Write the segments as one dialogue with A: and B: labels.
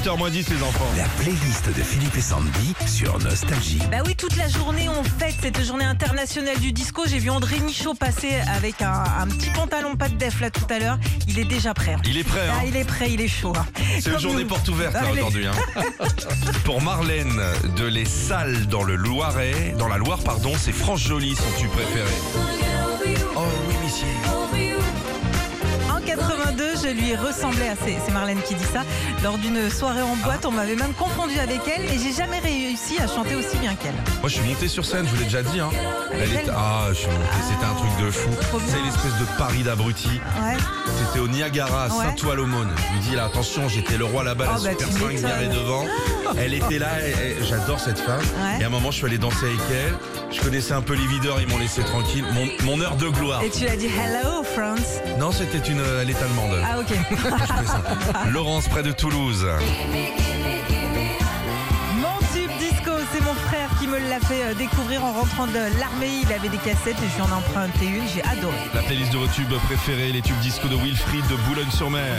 A: 8h10 les enfants.
B: La playlist de Philippe et Sandy sur Nostalgie.
C: Bah oui, toute la journée, on fête cette journée internationale du disco. J'ai vu André Michaud passer avec un, un petit pantalon pas de def là tout à l'heure. Il est déjà prêt.
A: Il est prêt,
C: Ah,
A: hein
C: il est prêt, il est chaud. hein.
A: C'est une
C: Comme
A: journée
C: nous.
A: porte ouverte là,
C: Ah, il est-
A: aujourd'hui. hein. Pour Marlène de Les Salles dans le Loiret, dans la Loire, pardon, c'est France Jolie son tu préféré. Oh oui, monsieur.
C: En 82, je lui ressemblais à c'est c'est Marlène qui dit ça. Lors d'une soirée en boîte, on m'avait même confondu avec elle et j'ai jamais réussi à chanter aussi bien qu'elle.
A: Moi, je suis monté sur scène, je vous l'ai déjà dit. Hein. Elle
C: elle
A: était... Ah, je suis monté, c'était un truc de fou.
C: Trop bien.
A: C'est l'espèce de Paris d'abruti.
C: Ouais.
A: C'était au Niagara, à
C: Ouais.
A: Saint-Ouen-l'aumône. Je lui dis là, attention, j'étais le roi là-bas, la
C: Oh, bah,
A: super
C: tu
A: 5
C: m'étonnes.
A: garée devant. Elle était là, et- et j'adore cette femme.
C: Ouais.
A: Et à un moment, je suis allé danser avec elle. Je connaissais un peu les videurs, ils m'ont laissé tranquille. Mon, mon heure de gloire.
C: Et tu l'as dit Hello France.
A: Non, c'était une. euh, Elle est allemande.
C: Ah ok.
A: Laurence, près de Toulouse.
C: Mon tube disco, c'est mon frère qui me l'a fait euh, découvrir en rentrant de l'armée. Il avait des cassettes et je lui en ai emprunté une. J'ai adoré.
A: La playlist de vos tubes préférés, les tubes disco de Wilfried de Boulogne-sur-Mer.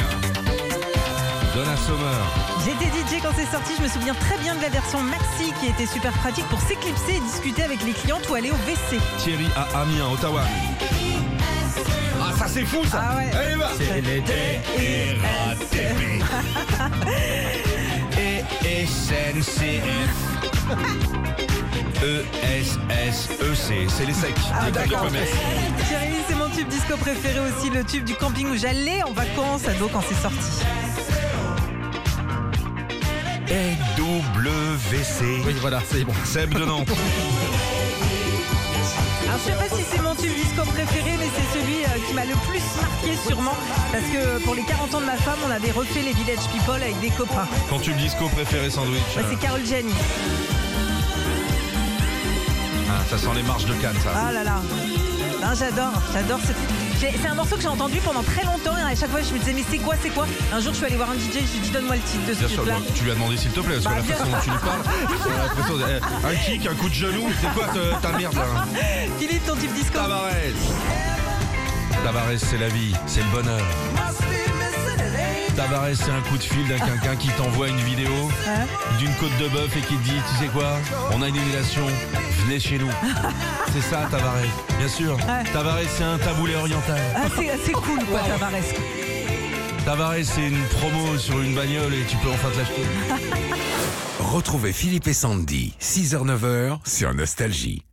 A: Donna Sommer.
C: J'étais DJ quand c'est sorti. Je me souviens très bien de la version maxi qui était super pratique pour s'éclipser et discuter avec les clientes ou aller au WC.
A: Thierry à Amiens, Ottawa. Ah, ça c'est fou ça Eh ben,
C: Ah ouais.
A: Allez, va
C: C'est
A: l'été E
C: RATP.
A: et SNCF. ESSEC, E c'est les secs.
C: Ah,
A: L'école de
C: d'accord.
A: commerce.
C: Thierry, c'est mon tube disco préféré aussi, le tube du camping où j'allais en vacances à dos quand c'est sorti.
A: NWC.
D: Oui, voilà, c'est bon.
A: Seb de Nantes.
C: Alors, je sais pas si c'est mon tube disco préféré, mais c'est celui euh, qui m'a le plus marqué sûrement. Parce que pour les 40 ans de ma femme, on avait refait les Village People avec des copains.
A: Ton tube disco préféré, sandwich. euh,
C: Bah, c'est Carol Gianni.
A: Ah, ça sent les marches de Cannes, ça.
C: Ah là là. Non, j'adore, j'adore ce. j'ai- C'est un morceau que j'ai entendu pendant très longtemps et à chaque fois je me disais mais c'est quoi, c'est quoi Un jour je suis allée voir un DJ, je lui ai dit donne-moi le titre de ce
A: Bien sûr,
C: tube là.
A: bon, tu lui as demandé s'il te plaît, parce que
C: Bah,
A: la
C: bien
A: façon dont tu lui parles, j'ai l'impression de- eh, un kick, un coup de genou, c'est quoi te- ta merde là hein
C: Philippe, ton type disco.
A: Tabarès Tabarès, c'est la vie, c'est le bonheur. Tabarès, c'est un coup de fil d'un quelqu'un qui t'envoie une vidéo
C: Hein
A: d'une côte de bœuf et qui te dit, tu sais quoi, on a une inondation, venez chez nous. C'est ça, Tabarès, bien sûr.
C: Ouais.
A: Tabarès, c'est un taboulé oriental.
C: Ah, c'est c'est cool quoi, Tavares.
A: Tabarès, c'est une promo sur une bagnole et tu peux enfin te l'acheter.
B: Retrouvez Philippe et Sandy, 6h-9h sur Nostalgie.